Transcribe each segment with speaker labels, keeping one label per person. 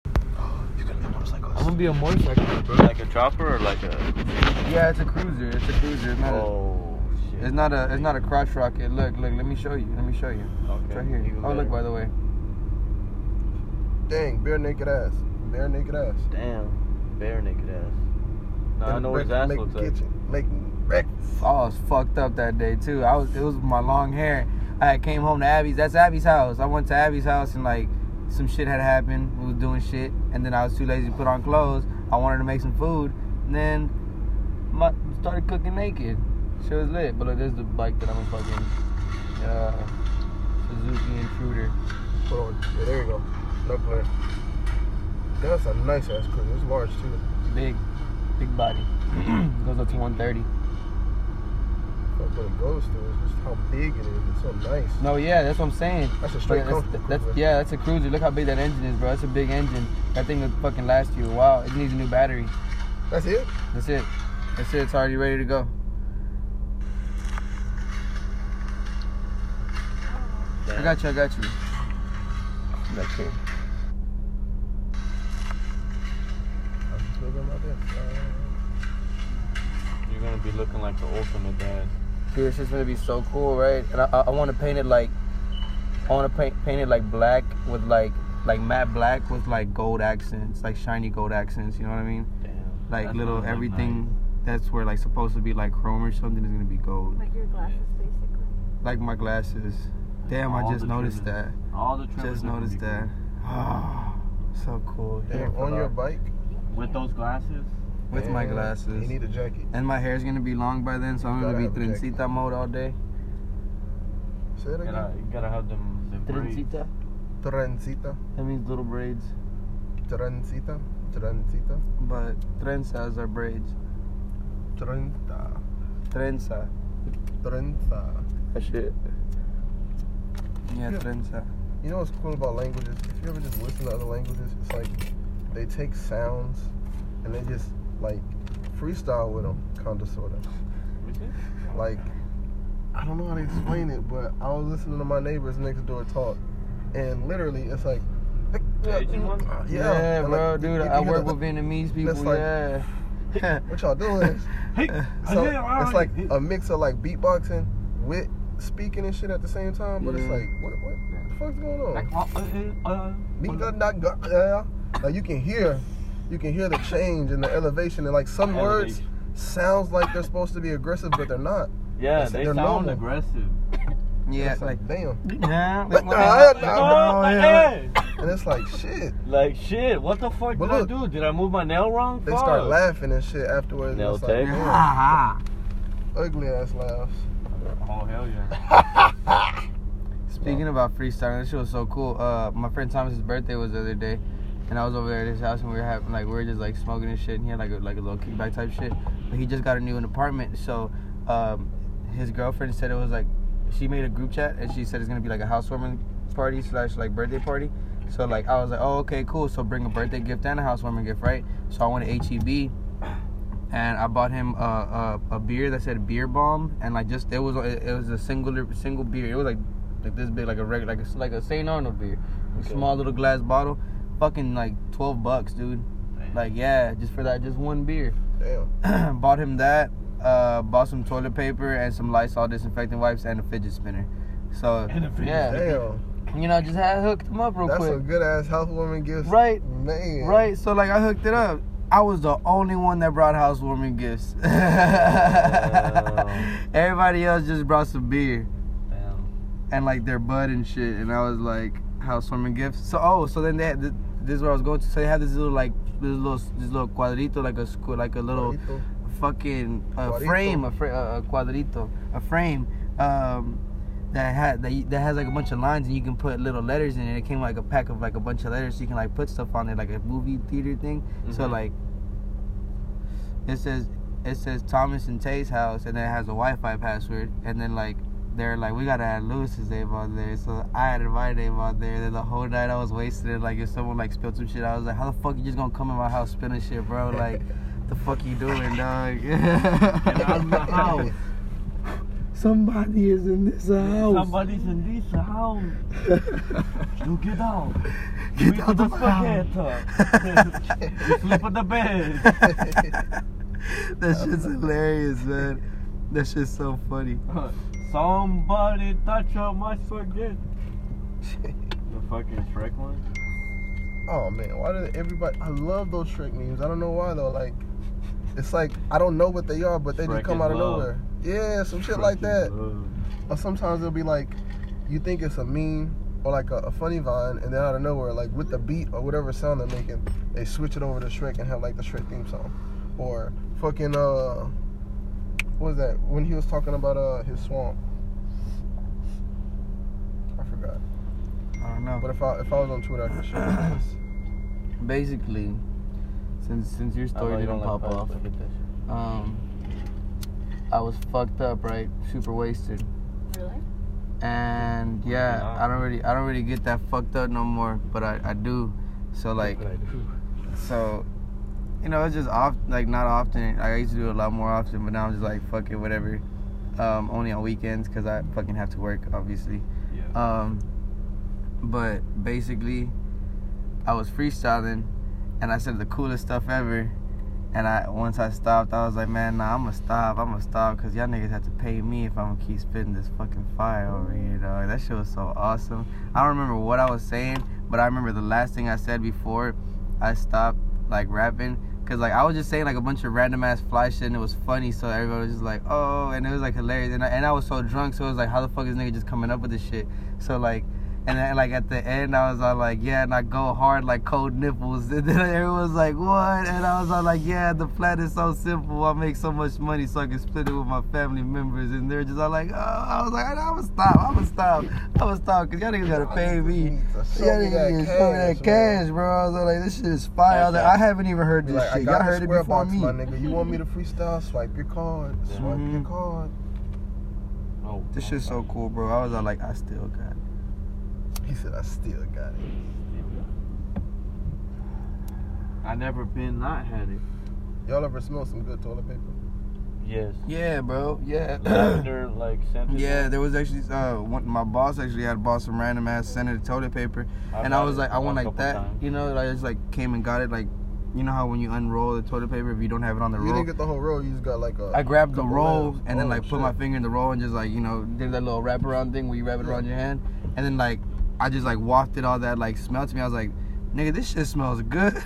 Speaker 1: gonna be a motorcycle, bro.
Speaker 2: Like a chopper or like a.
Speaker 1: Yeah, it's a cruiser. It's a cruiser. It's not
Speaker 2: Oh,
Speaker 1: a.
Speaker 2: shit.
Speaker 1: It's not a. It's not a crotch rocket. Look, look. Let me show you. Let me show you.
Speaker 2: Okay,
Speaker 1: It's right here.
Speaker 2: even
Speaker 1: oh,
Speaker 2: better.
Speaker 1: look. By the way.
Speaker 3: Dang, bare naked ass. Bare naked ass.
Speaker 2: Damn. Bare naked ass. Nah, I
Speaker 3: In
Speaker 2: know what his
Speaker 3: breakfast
Speaker 2: ass
Speaker 3: making
Speaker 2: looks like.
Speaker 3: kitchen, Making breakfast.
Speaker 1: Oh, I was fucked up that day too. I was it was my long hair. I had came home to Abby's. That's Abby's house. I went to Abby's house and like some shit had happened. We was doing shit, and then I was too lazy to put on clothes. I wanted to make some food, and then my, started cooking naked. Shit was lit. But look, this is the bike that I'm a fucking uh, Suzuki Intruder.
Speaker 3: Hold on. Yeah, there you go. No plan. That's a nice ass cruiser. It's large too.
Speaker 1: Big, big body. Goes up to 130.
Speaker 3: Fuck what it goes through. It's just how big it is. It's so nice.
Speaker 1: No, yeah, that's what I'm saying.
Speaker 3: That's a
Speaker 1: But
Speaker 3: straight
Speaker 1: that's,
Speaker 3: comfortable
Speaker 1: that's-
Speaker 3: cruiser.
Speaker 1: yeah, that's a cruiser. Look how big that engine is, bro. That's a big engine. That thing would fucking last you a while. It needs a new battery.
Speaker 3: That's it?
Speaker 1: That's it. That's it. It's already ready to go. I
Speaker 2: Damn.
Speaker 1: got you. I got you.
Speaker 3: That's it.
Speaker 2: You're gonna be looking like the ultimate dad.
Speaker 1: Dude, it's just gonna be so cool, right? And I, I, I want to paint it like, I want to paint paint it like black with like like matte black with like gold accents, like shiny gold accents. You know what I mean?
Speaker 2: Damn.
Speaker 1: Like
Speaker 2: That's
Speaker 1: little
Speaker 2: gonna look
Speaker 1: everything. That's where like supposed to be like chrome or something is gonna be gold.
Speaker 4: Like your glasses, basically.
Speaker 1: like my glasses. Damn, I
Speaker 2: All
Speaker 1: just
Speaker 2: the
Speaker 1: noticed
Speaker 2: trimmings. nice. All the
Speaker 1: that.
Speaker 2: trimmers
Speaker 1: Just
Speaker 2: are gonna be
Speaker 1: noticed that. Oh, so cool.
Speaker 3: Damn, on your bike?
Speaker 2: cool. With those glasses.
Speaker 1: With my
Speaker 3: Damn, You
Speaker 1: glasses.
Speaker 3: need a jacket.
Speaker 1: and my hair's gonna be long by then, so I'm
Speaker 3: You
Speaker 1: gonna be
Speaker 3: gotta have a
Speaker 1: trencita mode all day.
Speaker 3: Say it
Speaker 2: You
Speaker 3: again.
Speaker 2: gotta, you gotta have them. them braids.
Speaker 3: Trencita.
Speaker 1: That means little braids.
Speaker 3: Trencita. Trencita.
Speaker 1: But trenzas are braids.
Speaker 3: Trenta.
Speaker 1: Trenza.
Speaker 3: Trenta.
Speaker 1: That shit. Yeah,
Speaker 3: Yeah.
Speaker 1: trenza.
Speaker 3: You know what's cool about languages? If you ever just listen to other languages, it's like they take sounds and they just like freestyle with them, kind of sort of.
Speaker 2: What is it?
Speaker 3: Like I don't know how to explain it, but I was listening to my neighbors next door talk, and literally it's like, uh,
Speaker 2: Asian ones?
Speaker 3: yeah,
Speaker 1: Yeah,
Speaker 3: and,
Speaker 1: bro,
Speaker 3: like, you-
Speaker 1: dude,
Speaker 3: you
Speaker 1: I
Speaker 3: hear
Speaker 1: work
Speaker 3: the-
Speaker 1: with Vietnamese people.
Speaker 3: like-
Speaker 1: yeah.
Speaker 3: What y'all doing?
Speaker 1: Uh,
Speaker 2: Hey,
Speaker 3: so
Speaker 2: hey, all
Speaker 3: it's
Speaker 2: right.
Speaker 3: like a mix of like beatboxing with speaking and shit at the same time, but it's
Speaker 1: Yeah.
Speaker 3: like what, what the fuck's going on?
Speaker 2: Like, uh, uh, uh,
Speaker 3: Me
Speaker 2: uh,
Speaker 3: got not got- yeah. Like you can hear, you can hear the change and the elevation, and like some words sounds like they're supposed to be aggressive, but they're not.
Speaker 2: Yeah,
Speaker 3: That's-
Speaker 2: they
Speaker 3: they're
Speaker 2: sound
Speaker 3: normal.
Speaker 2: aggressive.
Speaker 1: yeah,
Speaker 3: it's
Speaker 1: like.
Speaker 3: like, damn,
Speaker 1: Nah,
Speaker 3: But,
Speaker 1: what the hell?
Speaker 3: uh, no,
Speaker 2: Oh,
Speaker 1: yeah.
Speaker 2: hey.
Speaker 3: and it's like shit.
Speaker 2: Like shit, what the fuck
Speaker 3: But
Speaker 2: did
Speaker 3: look,
Speaker 2: I do? Did I move my nail wrong?
Speaker 3: They
Speaker 2: Fuck.
Speaker 3: start laughing and shit afterwards. and
Speaker 2: They'll
Speaker 3: it's
Speaker 2: take
Speaker 3: like,
Speaker 2: it.
Speaker 3: damn,
Speaker 1: ha.
Speaker 3: ugly ass laughs.
Speaker 2: Oh hell yeah.
Speaker 1: Speaking about freestyling, this shit was so cool. Uh, my friend Thomas's birthday was the other day, and I was over there at his house, and we were having like we were just like smoking and shit, and he had like a, like a little kickback type shit. But he just got a new an apartment, so um, his girlfriend said it was like she made a group chat, and she said it's gonna be like a housewarming party slash like birthday party. So like I was like, oh okay, cool. So bring a birthday gift and a housewarming gift, right? So I went to H E B. And I bought him a, a, a beer that said beer bomb, and like just it was it, it was a single single beer. It was like like this big, like a regular, like a, like a Saint Arnold beer, A
Speaker 2: Okay.
Speaker 1: small little glass bottle, fucking like twelve bucks, dude.
Speaker 2: Damn.
Speaker 1: Like yeah, just for that, just one beer.
Speaker 3: Damn,
Speaker 1: bought him that, uh, bought some toilet paper and some Lysol disinfectant wipes and a fidget spinner. So
Speaker 2: And a fidget
Speaker 1: yeah,
Speaker 3: damn.
Speaker 1: you know, just had hooked him up real
Speaker 3: That's
Speaker 1: quick.
Speaker 3: a good ass housewarming gift.
Speaker 1: Right.
Speaker 3: man.
Speaker 1: Right, so like I hooked it up. I was the only one that brought housewarming gifts. Everybody else just brought some beer.
Speaker 2: Damn.
Speaker 1: and like their bud and shit. And I was like, housewarming gifts. So oh, so then they had th- this is where I was going to. So they had this little like this little this little cuadrito, like a school, like a little
Speaker 3: Burrito.
Speaker 1: fucking uh,
Speaker 3: Cuadrito.
Speaker 1: frame, a, fra- uh, a cuadrito, a frame um, that had that, you- that has like a bunch of lines and you can put little letters in it. It came like a pack of like a bunch of letters, so you can like put stuff on it, like a movie theater thing. So
Speaker 2: Mhm.
Speaker 1: like it says it says Thomas and Tay's house, and then it has a Wi-Fi password, and then like. They're like, we gotta add Lewis's name on there, so I added my name on there. Then the whole night I was wasted. Like if someone like spilled some shit, I was like, how the fuck you just gonna come in my house spilling shit, bro? Like the fuck you doing, dog?
Speaker 2: Get out of my house.
Speaker 4: Somebody is in this house.
Speaker 2: Somebody's in this house. You get out.
Speaker 4: Get
Speaker 2: Sleep
Speaker 4: out
Speaker 2: on
Speaker 4: of
Speaker 2: the
Speaker 4: my house.
Speaker 2: spaghetti. you sleep on the bed.
Speaker 4: that shit's hilarious, man. That shit's so funny.
Speaker 2: Somebody touch on my spaghetti. The fucking Shrek one.
Speaker 3: Oh man, why did everybody? I love those Shrek memes. I don't know why though. Like, it's like I don't know what they are, but they
Speaker 2: Shrek
Speaker 3: just come
Speaker 2: is
Speaker 3: out of
Speaker 2: love.
Speaker 3: nowhere. Yeah, some shit
Speaker 2: Shrek
Speaker 3: like
Speaker 2: is
Speaker 3: that.
Speaker 2: love.
Speaker 3: Or sometimes it'll be like, you think it's a meme or like a, a funny vine, and then out of nowhere, like with the beat or whatever sound they're making, they switch it over to Shrek and have like the Shrek theme song. Or fucking uh, what was that? When he was talking about uh his swamp. I forgot.
Speaker 1: I don't know.
Speaker 3: But if I if I was on Twitter, I could show you this.
Speaker 1: basically, since since your
Speaker 2: I know
Speaker 1: story
Speaker 2: Oh, you
Speaker 1: didn't
Speaker 2: don't
Speaker 1: pop
Speaker 2: like
Speaker 1: off,
Speaker 2: bugs, but get that shit.
Speaker 1: um, I was fucked up, right? Super wasted.
Speaker 5: Really?
Speaker 1: And yeah, I don't really I don't really get that fucked up no more, but I, I do. So like
Speaker 2: But I do.
Speaker 1: so you know, it's just off like not often. I used to do it a lot more often, but now I'm just like fuck it, whatever. Um, only on weekends because I fucking have to work, obviously.
Speaker 2: Yeah.
Speaker 1: Um, but basically, I was freestyling, and I said the coolest stuff ever. And I once I stopped, I was like, man, nah, I'ma stop, I'ma stop, cause y'all niggas have to pay me if I'm gonna keep spitting this fucking fire over here, dog. That shit was so awesome. I don't remember what I was saying, but I remember the last thing I said before I stopped like rapping, cause like I was just saying like a bunch of random ass fly shit, and it was funny, so everybody was just like, oh, and it was like hilarious, and I, and I was so drunk, so it was like, how the fuck is nigga just coming up with this shit? So like, and then like at the end, I was all like, yeah, and I go hard like cold nipples. And then everyone was like, what? And I was all like, yeah, the plan is so simple. I make so much money so I can split it with my family members. And they're just all like, oh, I was like, I'm gonna stop, I'm gonna stop, I'm gonna stop, cause y'all niggas gotta pay me.
Speaker 3: Show
Speaker 1: Y'all
Speaker 3: me
Speaker 1: niggas
Speaker 3: that
Speaker 1: just show me
Speaker 3: cash,
Speaker 1: that
Speaker 3: man.
Speaker 1: cash, bro. I was all like, this shit is fire. I was like, I haven't even heard
Speaker 3: Be
Speaker 1: this
Speaker 3: like, I
Speaker 1: shit.
Speaker 3: got
Speaker 1: Y'all
Speaker 3: the
Speaker 1: heard it
Speaker 3: square
Speaker 1: before
Speaker 3: box,
Speaker 1: me. Mm-hmm.
Speaker 3: my nigga. You want me to freestyle? Swipe your card. Swipe your card.
Speaker 2: Oh,
Speaker 1: This shit's so cool, bro. I was all like, I still got it.
Speaker 3: He said, I still got it.
Speaker 2: I never been not had it.
Speaker 3: Y'all ever smell some good toilet paper?
Speaker 2: Yes.
Speaker 1: Yeah, bro. Yeah.
Speaker 2: Lavender like scented.
Speaker 1: Yeah, there was actually uh, one, my boss actually had bought some random ass scented toilet paper,
Speaker 2: I've
Speaker 1: and I
Speaker 2: had
Speaker 1: was
Speaker 2: it
Speaker 1: like, I
Speaker 2: a
Speaker 1: want like
Speaker 2: couple
Speaker 1: that,
Speaker 2: times.
Speaker 1: you know. I just like came and got it, like, you know how when you unroll the toilet paper if you don't have it on the
Speaker 3: You
Speaker 1: roll.
Speaker 3: didn't get the whole roll. You just got like a.
Speaker 1: I grabbed the
Speaker 3: couple
Speaker 1: roll
Speaker 3: layers.
Speaker 1: and then
Speaker 3: Oh,
Speaker 1: like put
Speaker 3: shit.
Speaker 1: my finger in the roll and just like you know did that little wrap around thing where you wrap it around your hand, and then like I just like wafted all that like smell to me. I was like, nigga, this shit smells good.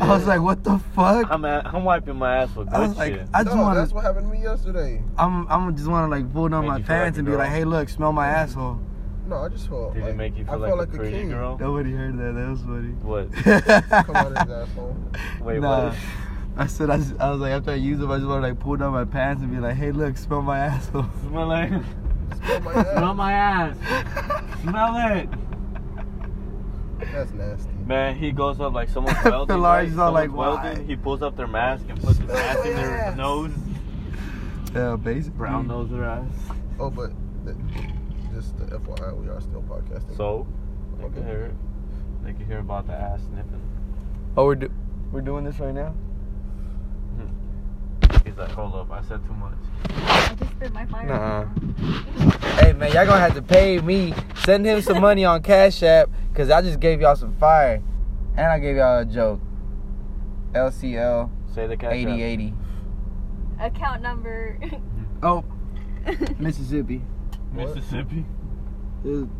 Speaker 1: I was
Speaker 3: Yeah.
Speaker 1: like, what the fuck?
Speaker 2: I'm at, I'm wiping my ass with good
Speaker 1: I was like,
Speaker 2: shit.
Speaker 1: I
Speaker 3: No,
Speaker 1: just want
Speaker 3: that's
Speaker 1: to,
Speaker 3: what happened to me yesterday.
Speaker 1: I'm, I'm just want to like pull down
Speaker 2: Made
Speaker 1: my
Speaker 2: you feel like a
Speaker 1: pants and be
Speaker 2: girl?
Speaker 1: like, hey, look, smell my asshole.
Speaker 3: No, I just felt.
Speaker 2: Did
Speaker 3: like,
Speaker 2: it make you feel
Speaker 3: I
Speaker 2: like,
Speaker 3: felt
Speaker 2: a
Speaker 3: like
Speaker 2: pretty
Speaker 3: king.
Speaker 2: girl?
Speaker 1: Nobody heard that. That was funny.
Speaker 2: What?
Speaker 3: Come out of his asshole.
Speaker 2: Wait,
Speaker 1: Nah.
Speaker 2: what?
Speaker 1: I said I, just, I was like after I used them, I just want to like pull down my pants and be like, hey, look, smell my asshole.
Speaker 2: Smell like
Speaker 3: Smell my
Speaker 2: Smell
Speaker 3: ass.
Speaker 2: my ass. Smell it.
Speaker 3: That's nasty.
Speaker 2: Man, he goes up like someone's welding.
Speaker 1: The
Speaker 2: right?
Speaker 1: large is all
Speaker 2: Someone's
Speaker 1: like, why?
Speaker 2: welding. He pulls up their mask and puts his ass in their
Speaker 3: Yes.
Speaker 2: nose.
Speaker 1: Yeah, Mm. basically.
Speaker 2: Brown nose their ass.
Speaker 3: Oh, but the, just the FYI, we are still podcasting.
Speaker 2: So, they
Speaker 3: Okay.
Speaker 2: can hear it. They can hear about the ass sniffing.
Speaker 1: Oh, we're do- we're doing this right now.
Speaker 2: He's like, hold up, I said too much.
Speaker 5: I just spit my fire.
Speaker 1: Nuh-uh. Hey man, y'all gonna have to pay me. Send him some money on Cash App, cause I just gave y'all some fire, and I gave y'all a joke. LCL
Speaker 2: Say the cash
Speaker 1: eighty
Speaker 2: app.
Speaker 1: eighty.
Speaker 5: Account number.
Speaker 1: Oh, Mississippi.
Speaker 3: What?
Speaker 2: Mississippi.
Speaker 3: Oh, you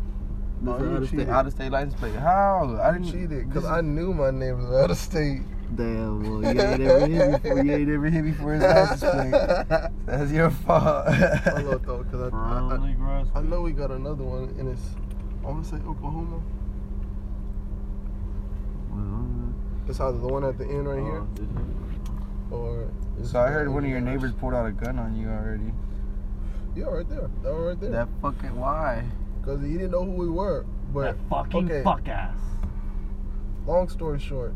Speaker 1: out, of state,
Speaker 3: cheated.
Speaker 1: out of state license plate. How? I didn't.
Speaker 3: cheated
Speaker 1: this
Speaker 3: because
Speaker 1: is-
Speaker 3: I knew my name was out of state.
Speaker 1: Damn, well, you ain't ever hit me before. You ain't ever hit me for his license plate. That's your fault.
Speaker 3: I love though because I, I, I
Speaker 2: Brownly grass.
Speaker 3: I know we got another one, and it's I want to say Oklahoma. It's either the one at the end right
Speaker 1: Oh,
Speaker 3: here, or it's
Speaker 1: Uh, so I
Speaker 3: the
Speaker 1: heard one of your
Speaker 3: other
Speaker 1: neighbors pulled out a gun on you already.
Speaker 3: one. Yeah, right there. That one right there.
Speaker 1: That fucking why?
Speaker 3: Because he didn't know who we were.
Speaker 2: That
Speaker 3: But
Speaker 2: fucking
Speaker 3: okay,
Speaker 2: fuck ass.
Speaker 3: long story short,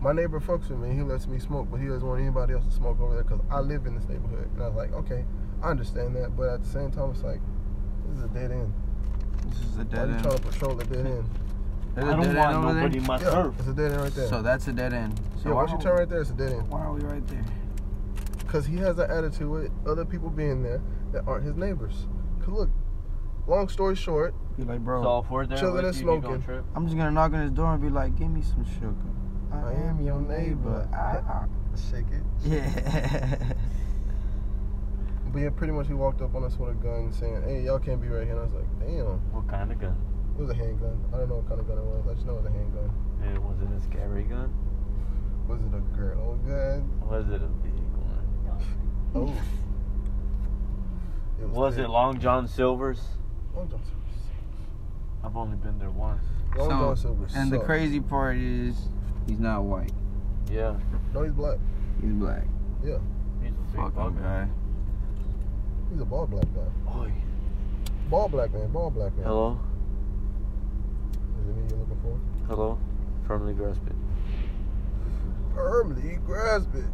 Speaker 3: my neighbor fucks with me. He lets me smoke, but he doesn't want anybody else to smoke over there because I live in this neighborhood. And I was like, okay, I understand that, but at the same time, it's like. This is a dead end.
Speaker 1: This is a
Speaker 3: Why
Speaker 1: dead
Speaker 3: you
Speaker 1: end.
Speaker 3: trying to patrol a dead end?
Speaker 1: There's a
Speaker 2: I
Speaker 1: dead
Speaker 2: don't
Speaker 1: end
Speaker 2: want
Speaker 1: over there?
Speaker 2: nobody in my
Speaker 3: Yeah,
Speaker 2: turf.
Speaker 3: it's a dead end right there.
Speaker 1: So that's a dead end. So why
Speaker 3: yeah, once you
Speaker 1: don't-
Speaker 3: turn right there, it's a dead end.
Speaker 1: Why are we right there?
Speaker 3: because he has that attitude with other people being there that aren't his neighbors. Cause look, long story short,
Speaker 1: Be like,
Speaker 2: So
Speaker 1: bro,
Speaker 2: if we're there
Speaker 3: Chilling
Speaker 2: with
Speaker 3: and
Speaker 2: you, you don't
Speaker 3: smoking.
Speaker 2: trip.
Speaker 1: I'm just gonna knock on his door and be like, give me some sugar. I am your neighbor. I, I.
Speaker 3: shake it.
Speaker 1: Yeah.
Speaker 3: But yeah, pretty much he walked up on us with a gun, saying, "Hey, y'all can't be right here." And I was like, "Damn,
Speaker 2: What kind of gun?
Speaker 3: it was a handgun. I don't know what kind of gun it was. I just know it was a handgun.
Speaker 2: And was it a scary gun?
Speaker 3: Was it a girl gun?
Speaker 2: Was it a big one?
Speaker 3: Oh, it
Speaker 2: Was
Speaker 3: big.
Speaker 2: it Long John Silver's?
Speaker 3: Long John
Speaker 2: I've only been there once.
Speaker 3: Silver's. Long
Speaker 1: So,
Speaker 3: John Silver's.
Speaker 1: and the
Speaker 3: sucked.
Speaker 1: crazy part is, he's not white.
Speaker 2: Yeah.
Speaker 3: No, he's black.
Speaker 1: He's black.
Speaker 2: He's a big
Speaker 1: Fuck
Speaker 2: bug
Speaker 1: him, guy.
Speaker 3: He's a bald black guy.
Speaker 2: Oi.
Speaker 3: Bald black man. Bald black man.
Speaker 2: Hello?
Speaker 3: Is it me you're looking for?
Speaker 2: Hello? Firmly grasp it.
Speaker 3: Firmly grasp it.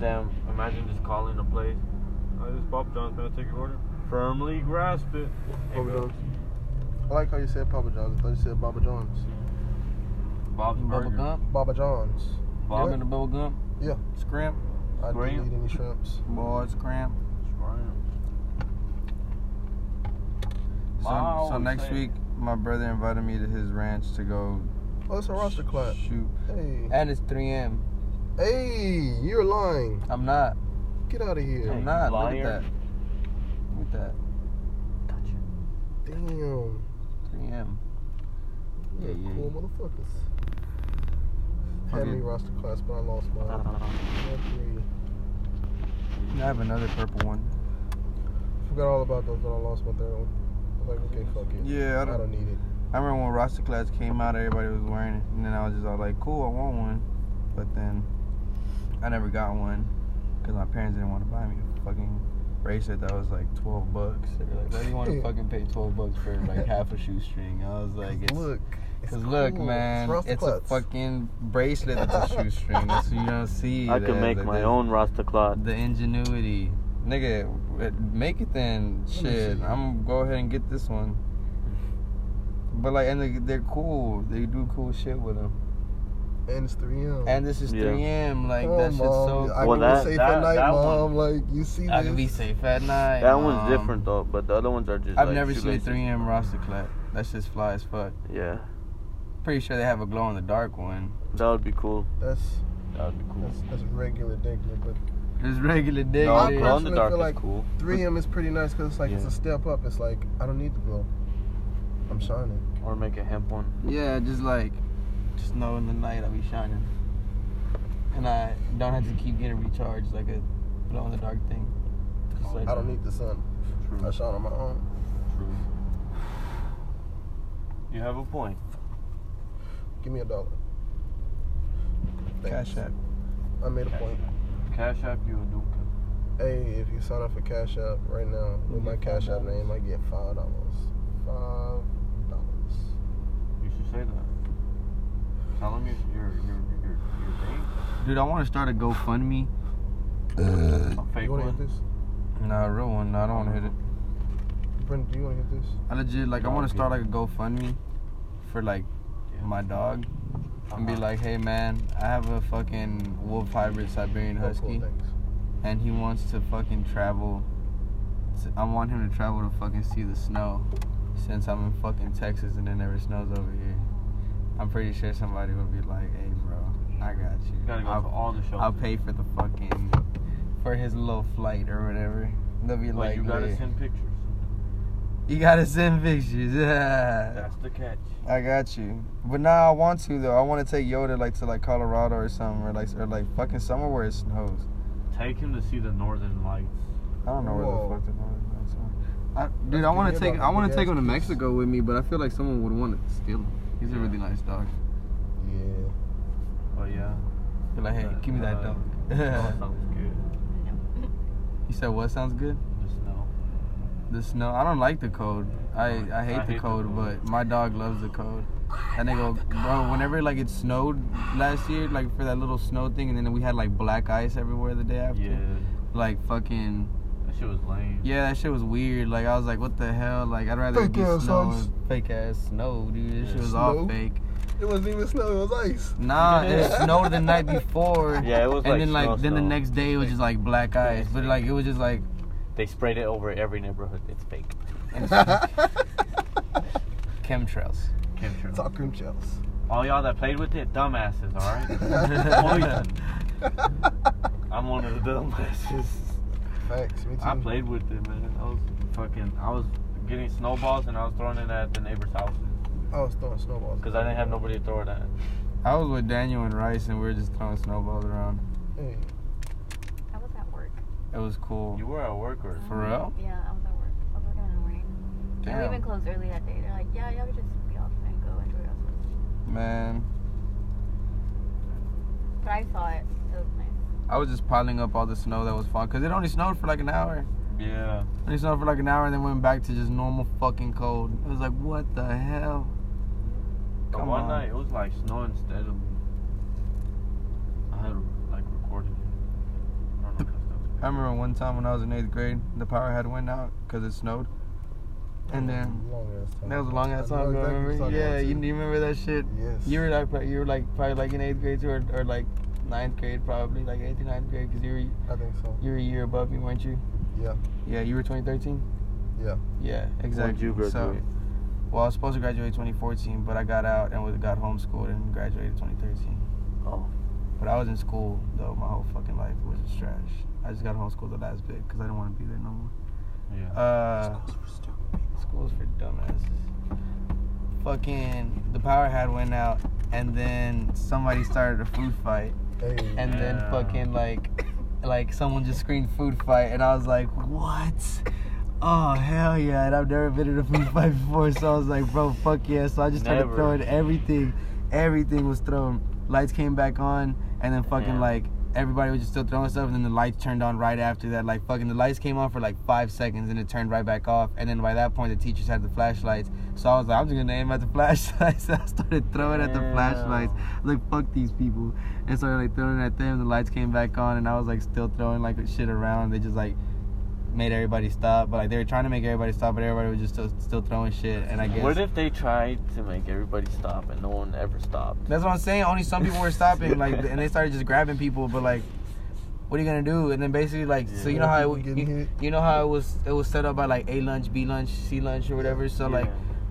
Speaker 2: Damn, imagine just calling a place. Oh, I just Pop John's gonna take your order. Firmly grasp it.
Speaker 3: Papa John's. I like how you said Papa John's. I thought you said Baba John's.
Speaker 2: Bob's
Speaker 1: Bubble
Speaker 2: Burger.
Speaker 1: gum.
Speaker 3: Baba John's.
Speaker 1: Bob
Speaker 2: Bob's
Speaker 1: in the bubble gum.
Speaker 3: Yeah.
Speaker 1: Scrimp.
Speaker 3: I
Speaker 2: Scram.
Speaker 3: didn't eat any shrimps.
Speaker 1: Boy, scrimp. So,
Speaker 2: Wow,
Speaker 1: so next
Speaker 2: say.
Speaker 1: week, my brother invited me to his ranch to go
Speaker 3: Oh, it's a roster clap.
Speaker 1: shoot.
Speaker 3: Hey.
Speaker 1: And it's 3M.
Speaker 3: Hey, you're lying.
Speaker 1: I'm not.
Speaker 3: Get out of here.
Speaker 2: Hey,
Speaker 1: I'm not.
Speaker 2: liar.
Speaker 1: Look at that. Look at that.
Speaker 3: Damn.
Speaker 1: 3M. Yeah,
Speaker 3: You're
Speaker 1: yeah.
Speaker 3: Cool motherfuckers. Had
Speaker 1: Okay.
Speaker 3: me roster class, but I lost mine. Yeah, three.
Speaker 1: I have another purple one.
Speaker 3: Forgot all about those, but I lost my third one. I was like, okay, fuck it.
Speaker 1: Yeah,
Speaker 3: I don't need it.
Speaker 1: I remember when Rasta class came out, everybody was wearing it, and then I was just all like, "Cool, I want one," but then I never got one because my parents didn't want to buy me a fucking bracelet that was like twelve bucks. They were like, "Why do you want to fucking pay twelve bucks for like half a shoestring?" I was like, it's,
Speaker 3: look. it's
Speaker 1: Cause look,
Speaker 3: cool.
Speaker 1: man,
Speaker 3: Roster
Speaker 1: it's a
Speaker 3: class.
Speaker 1: fucking bracelet that's a shoestring. That's what you don't see.
Speaker 2: I can
Speaker 1: that-
Speaker 2: make
Speaker 1: that-
Speaker 2: my
Speaker 1: that-
Speaker 2: own Rasta Clod.
Speaker 1: The ingenuity, nigga, it- make it then.
Speaker 3: me
Speaker 1: Shit,
Speaker 3: see.
Speaker 1: I'm gonna go ahead and get this one. But like, and they, they're cool. They do cool shit with them.
Speaker 3: And it's 3M.
Speaker 1: And this is
Speaker 2: Yeah.
Speaker 1: 3M. Like
Speaker 3: Oh,
Speaker 1: that shit's
Speaker 3: mom,
Speaker 1: so. cool.
Speaker 3: I
Speaker 2: Well,
Speaker 3: can
Speaker 2: that-
Speaker 3: be safe
Speaker 2: that-
Speaker 3: at night,
Speaker 2: that
Speaker 3: mom. Like you see
Speaker 1: I
Speaker 3: this?
Speaker 1: can be safe at night.
Speaker 2: That one's
Speaker 1: Mom.
Speaker 2: different though, but the other ones are just.
Speaker 1: I've
Speaker 2: like,
Speaker 1: never seen a
Speaker 2: shoelaces.
Speaker 1: 3M roster clap. That's just fly as fuck.
Speaker 2: Yeah,
Speaker 1: Pretty sure they have a glow in the dark one.
Speaker 2: that would be cool.
Speaker 3: That's
Speaker 2: That would be cool.
Speaker 3: that's, that's regular dickler, but
Speaker 1: Just regular dick.
Speaker 2: No,
Speaker 3: I
Speaker 2: glow in the
Speaker 3: personally
Speaker 2: dark is
Speaker 3: feel like-
Speaker 2: cool.
Speaker 3: 3M is pretty nice because it's like it's
Speaker 2: Yeah.
Speaker 3: a step up. It's like I don't need the glow. I'm shining.
Speaker 2: Or make a hemp one.
Speaker 1: Yeah, just like, just know in the night I'll be shining. And I don't have to keep getting recharged like a glow in the dark thing. Just like-
Speaker 3: I don't need the sun. I shine on my own.
Speaker 2: True. You have a point.
Speaker 3: Give me a dollar. Thanks.
Speaker 1: Cash App.
Speaker 3: I made a point.
Speaker 2: Cash App you a duke.
Speaker 3: Hey, if you sign up for Cash App right now
Speaker 1: You
Speaker 3: with my
Speaker 1: get
Speaker 3: Cash App
Speaker 1: $5.
Speaker 3: name, I get five dollars. Five dollars.
Speaker 2: You should say that. Tell them your your your your, your thing.
Speaker 1: Dude, I want to start a GoFundMe.
Speaker 2: A fake
Speaker 3: You want to
Speaker 2: one.
Speaker 3: hit this?
Speaker 1: Nah, a real one. No, I don't want to hit it.
Speaker 3: Brendan, do you want to hit this?
Speaker 1: I legit like I want to start like a GoFundMe for like my dog and be
Speaker 2: Uh-huh.
Speaker 1: like, hey man, I have a fucking wolf hybrid Siberian
Speaker 3: Oh,
Speaker 1: Husky.
Speaker 3: cool, thanks.
Speaker 1: and he wants to fucking travel. to- I want him to travel to fucking see the snow, since I'm in fucking Texas and it never snows over here. I'm pretty sure somebody will be like, "Hey, bro, I got you.
Speaker 2: You gotta go to
Speaker 1: I'll,
Speaker 2: all the shows.
Speaker 1: I'll pay for the fucking for his little flight or whatever." They'll be
Speaker 2: But
Speaker 1: like,
Speaker 2: you gotta
Speaker 1: "Yeah."
Speaker 2: send pictures.
Speaker 1: "You gotta send pictures." Yeah,
Speaker 2: That's the catch.
Speaker 1: I got you. But now I want to though. I want to take Yoda like to like Colorado or something, or like or like fucking somewhere where it snows.
Speaker 2: Take him to see the northern lights.
Speaker 1: I don't know
Speaker 3: Whoa.
Speaker 1: where the fuck they're going. but it's alright. I, dude,
Speaker 3: Let's
Speaker 1: I want
Speaker 3: get
Speaker 1: to
Speaker 3: him
Speaker 1: take
Speaker 3: out
Speaker 1: I want
Speaker 3: the
Speaker 1: to take him to
Speaker 3: gas.
Speaker 1: Mexico with me, but I feel like someone would want to steal him. He's a really nice dog.
Speaker 3: Yeah.
Speaker 2: Oh yeah.
Speaker 1: Be like, hey,
Speaker 2: Uh,
Speaker 1: give me that
Speaker 2: uh, that
Speaker 1: dog.
Speaker 2: sounds good.
Speaker 1: he said, what sounds good?
Speaker 2: Just know.
Speaker 1: The snow. I don't like the cold. I I hate, the, cold, but my dog loves the cold. And they go, bro. Whenever like it snowed last year, like for that little snow thing, and then we had like black ice everywhere the day after.
Speaker 2: Yeah.
Speaker 1: Like fucking.
Speaker 2: That shit was lame.
Speaker 1: Yeah, that shit was weird. Like I was like, what the hell? Like I'd rather
Speaker 3: Fake
Speaker 1: get
Speaker 3: ass
Speaker 1: snow,
Speaker 3: ice.
Speaker 1: fake ass snow, dude. This
Speaker 2: Yeah.
Speaker 1: shit was all
Speaker 3: Snow.
Speaker 1: fake.
Speaker 3: It wasn't even snow. It was ice.
Speaker 1: Nah, it snowed the night before.
Speaker 2: Yeah, it was
Speaker 1: And
Speaker 2: like
Speaker 1: then like
Speaker 2: snow,
Speaker 1: then the
Speaker 2: snow.
Speaker 1: next day it was just like black eyes, but like it was just like
Speaker 2: They sprayed it over every neighborhood. It's fake.
Speaker 1: chemtrails.
Speaker 3: Talking chills.
Speaker 2: All y'all that played with it, dumbasses, all right? Poison. I'm one of the dumbasses.
Speaker 3: Facts. Me too.
Speaker 2: I played with it, man. I was fucking, I was getting snowballs and I was throwing it at the neighbor's house
Speaker 3: I was throwing snowballs.
Speaker 2: because I didn't have nobody to throw it at.
Speaker 1: I was with Daniel and Rice and we were just throwing snowballs around.
Speaker 3: Hey,
Speaker 5: I was at work.
Speaker 1: It was cool.
Speaker 2: You were at work or
Speaker 1: For real?
Speaker 5: Yeah, I was at work. I was working on a rain. And we even closed early that day. They're like, yeah, y'all could just be off and go enjoy yourselves.
Speaker 1: man.
Speaker 5: But I saw it. It was nice.
Speaker 1: I was just piling up all the snow that was falling because it only snowed for like an hour.
Speaker 2: Yeah.
Speaker 1: It only snowed for like an hour and then went back to just normal fucking cold. It was like, what the hell?
Speaker 2: But
Speaker 1: Come
Speaker 2: one
Speaker 1: on.
Speaker 2: night it was like snow instead of me. I had like recorded it. I don't know if
Speaker 1: I remember one time when I was in eighth grade, the power had went out because it snowed. And then
Speaker 3: long ass time.
Speaker 1: that was a long ass
Speaker 3: I know
Speaker 1: time ago.
Speaker 3: exactly what
Speaker 1: remember?
Speaker 3: you're
Speaker 1: Yeah,
Speaker 3: talking
Speaker 1: you,
Speaker 3: about,
Speaker 1: do you remember that shit?
Speaker 3: too. Yes.
Speaker 1: You were like, pro- you were like probably like in eighth grade too, or, or like ninth grade probably, like eighth or ninth grade, because you were
Speaker 3: I think so.
Speaker 1: you were a year above me, weren't you?
Speaker 3: Yeah.
Speaker 1: Yeah, you were 2013.
Speaker 3: Yeah.
Speaker 1: Yeah, exactly.
Speaker 2: you
Speaker 1: So,
Speaker 2: graduate?
Speaker 1: well, I was supposed to graduate 2014, but I got out and was- got homeschooled and graduated 2013.
Speaker 2: Oh.
Speaker 1: But I was in school though. My whole fucking life was just trash. I just got homeschooled the last bit because I didn't want to be there no more.
Speaker 2: Yeah.
Speaker 1: Uh, schools for dumbasses. Fucking the power had went out, and then somebody started a food fight,
Speaker 3: Hey.
Speaker 1: and then
Speaker 2: Yeah.
Speaker 1: fucking like, like someone just screamed food fight, and I was like, what? Oh hell yeah! And I've never been in a food fight before, so I was like, bro, fuck yeah! So I just started
Speaker 2: Never.
Speaker 1: throwing everything. Everything was thrown. Lights came back on, and then fucking
Speaker 2: Yeah.
Speaker 1: like everybody was just still throwing stuff, and then the lights turned on right after that. Like fucking the lights came on for like five seconds, and it turned right back off. And then by that point, the teachers had the flashlights, so I was like, I'm just gonna aim at the flashlights. I started throwing at the
Speaker 2: Damn.
Speaker 1: flashlights. I was like, fuck these people, and started like throwing at them. The lights came back on, and I was like still throwing like shit around. They just like made everybody stop, but like they were trying to make everybody stop, but everybody was just still, still throwing shit. And I guess
Speaker 2: What if they tried to make everybody stop and no one ever stopped?
Speaker 1: That's what I'm saying. Only some people were stopping, like, and they started just grabbing people. But like, what are you gonna do? And then basically, like, so you know how it,
Speaker 3: People getting
Speaker 1: you,
Speaker 3: hit.
Speaker 1: you know how it was it was set up by like A lunch, B lunch, C lunch, or whatever. So like,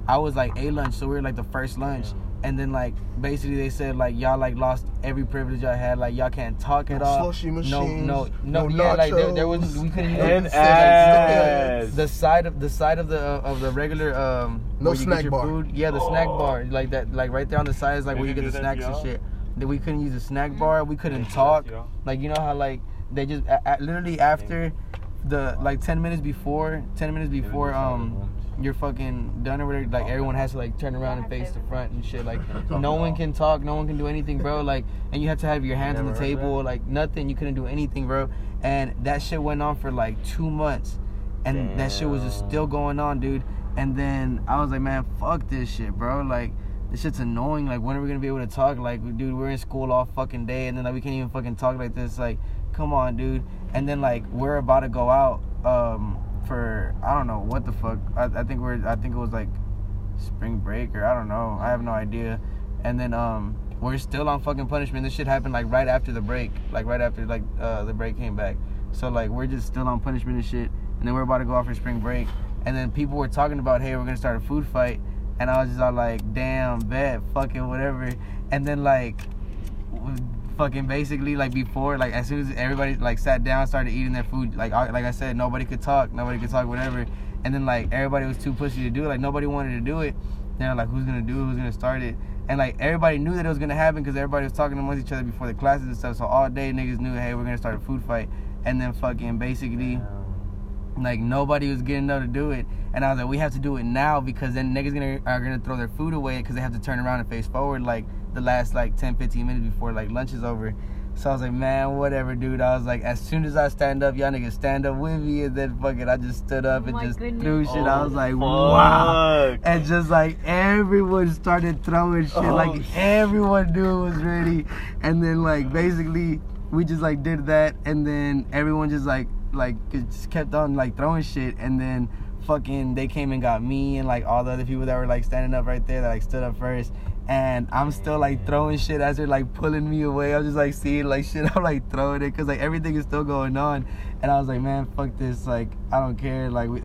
Speaker 1: I was like A lunch, so we were like the first lunch. And then like basically they said like y'all like lost every privilege y'all had like y'all can't talk at
Speaker 3: No
Speaker 1: all.
Speaker 3: slushy machines,
Speaker 1: No, no, no.
Speaker 3: no
Speaker 1: yeah, like there, there was
Speaker 3: nachos.
Speaker 1: we couldn't
Speaker 3: Yeah.
Speaker 1: even
Speaker 2: and
Speaker 3: Yes.
Speaker 2: ass.
Speaker 1: the side of the side of the uh, of the regular um
Speaker 3: No
Speaker 1: where you get
Speaker 3: snack
Speaker 1: your
Speaker 3: bar.
Speaker 1: food. yeah the snack bar like that like right there on the side is like
Speaker 2: Oh. They
Speaker 1: where you get
Speaker 2: didn't
Speaker 1: the
Speaker 2: do that to
Speaker 1: snacks and
Speaker 2: y'all?
Speaker 1: shit that we couldn't use the snack bar we couldn't talk like you know how like they just a, a- literally after the like 10 minutes before 10 minutes before um you're fucking done or whatever
Speaker 2: Oh,
Speaker 1: like everyone has to like turn around and face the front and shit like no one can talk no one can do anything bro like and you have to have your hands on the
Speaker 2: Never heard
Speaker 1: table like nothing you couldn't do anything bro and that shit went on for like two months and that shit was just still going on dude and then i was like man fuck this shit bro like this shit's annoying like when are we gonna be able to talk like dude we're in school all fucking day and then like we can't even fucking talk like this like come on dude and then like we're about to go out um for i don't know what the fuck i, I think we're i think it was like spring break or i don't know i have no idea and then um we're still on fucking punishment this shit happened like right after the break like right after like uh the break came back so like we're just still on punishment and shit and then we're about to go out for spring break and then people were talking about hey we're gonna start a food fight and i was just all like damn bet fucking whatever and then like w- fucking basically like before like as soon as everybody like sat down started eating their food like I, like i said nobody could talk nobody could talk whatever and then like everybody was too pushy to do it like nobody wanted to do it they're like who's gonna do it who's gonna start it and like everybody knew that it was gonna happen because everybody was talking amongst each other before the classes and stuff so all day niggas knew hey we're gonna start a food fight and then fucking basically like nobody was getting up to do it, and I was like, we have to do it now because then niggas gonna are gonna throw their food away because they have to turn around and face forward like the last like 10, 15 minutes before like lunch is over. So I was like, man, whatever, dude. I was like, as soon as I stand up, y'all niggas stand up with me, and then fucking, I just stood up
Speaker 5: Oh
Speaker 1: and
Speaker 5: my
Speaker 1: just
Speaker 5: goodness.
Speaker 1: threw shit. I was like, wow. And just like everyone started throwing shit,
Speaker 2: Oh,
Speaker 1: like everyone knew it was ready. And then like basically we just like did that, and then everyone just like like it just kept on like throwing shit, and then fucking they came and got me and like all the other people that were like standing up right there that like stood up first, and I'm still like throwing shit as they're like pulling me away. I'm just like seeing like shit. I'm like throwing it because like everything is still going on, and I was like, man, fuck this. Like I don't care. Like we,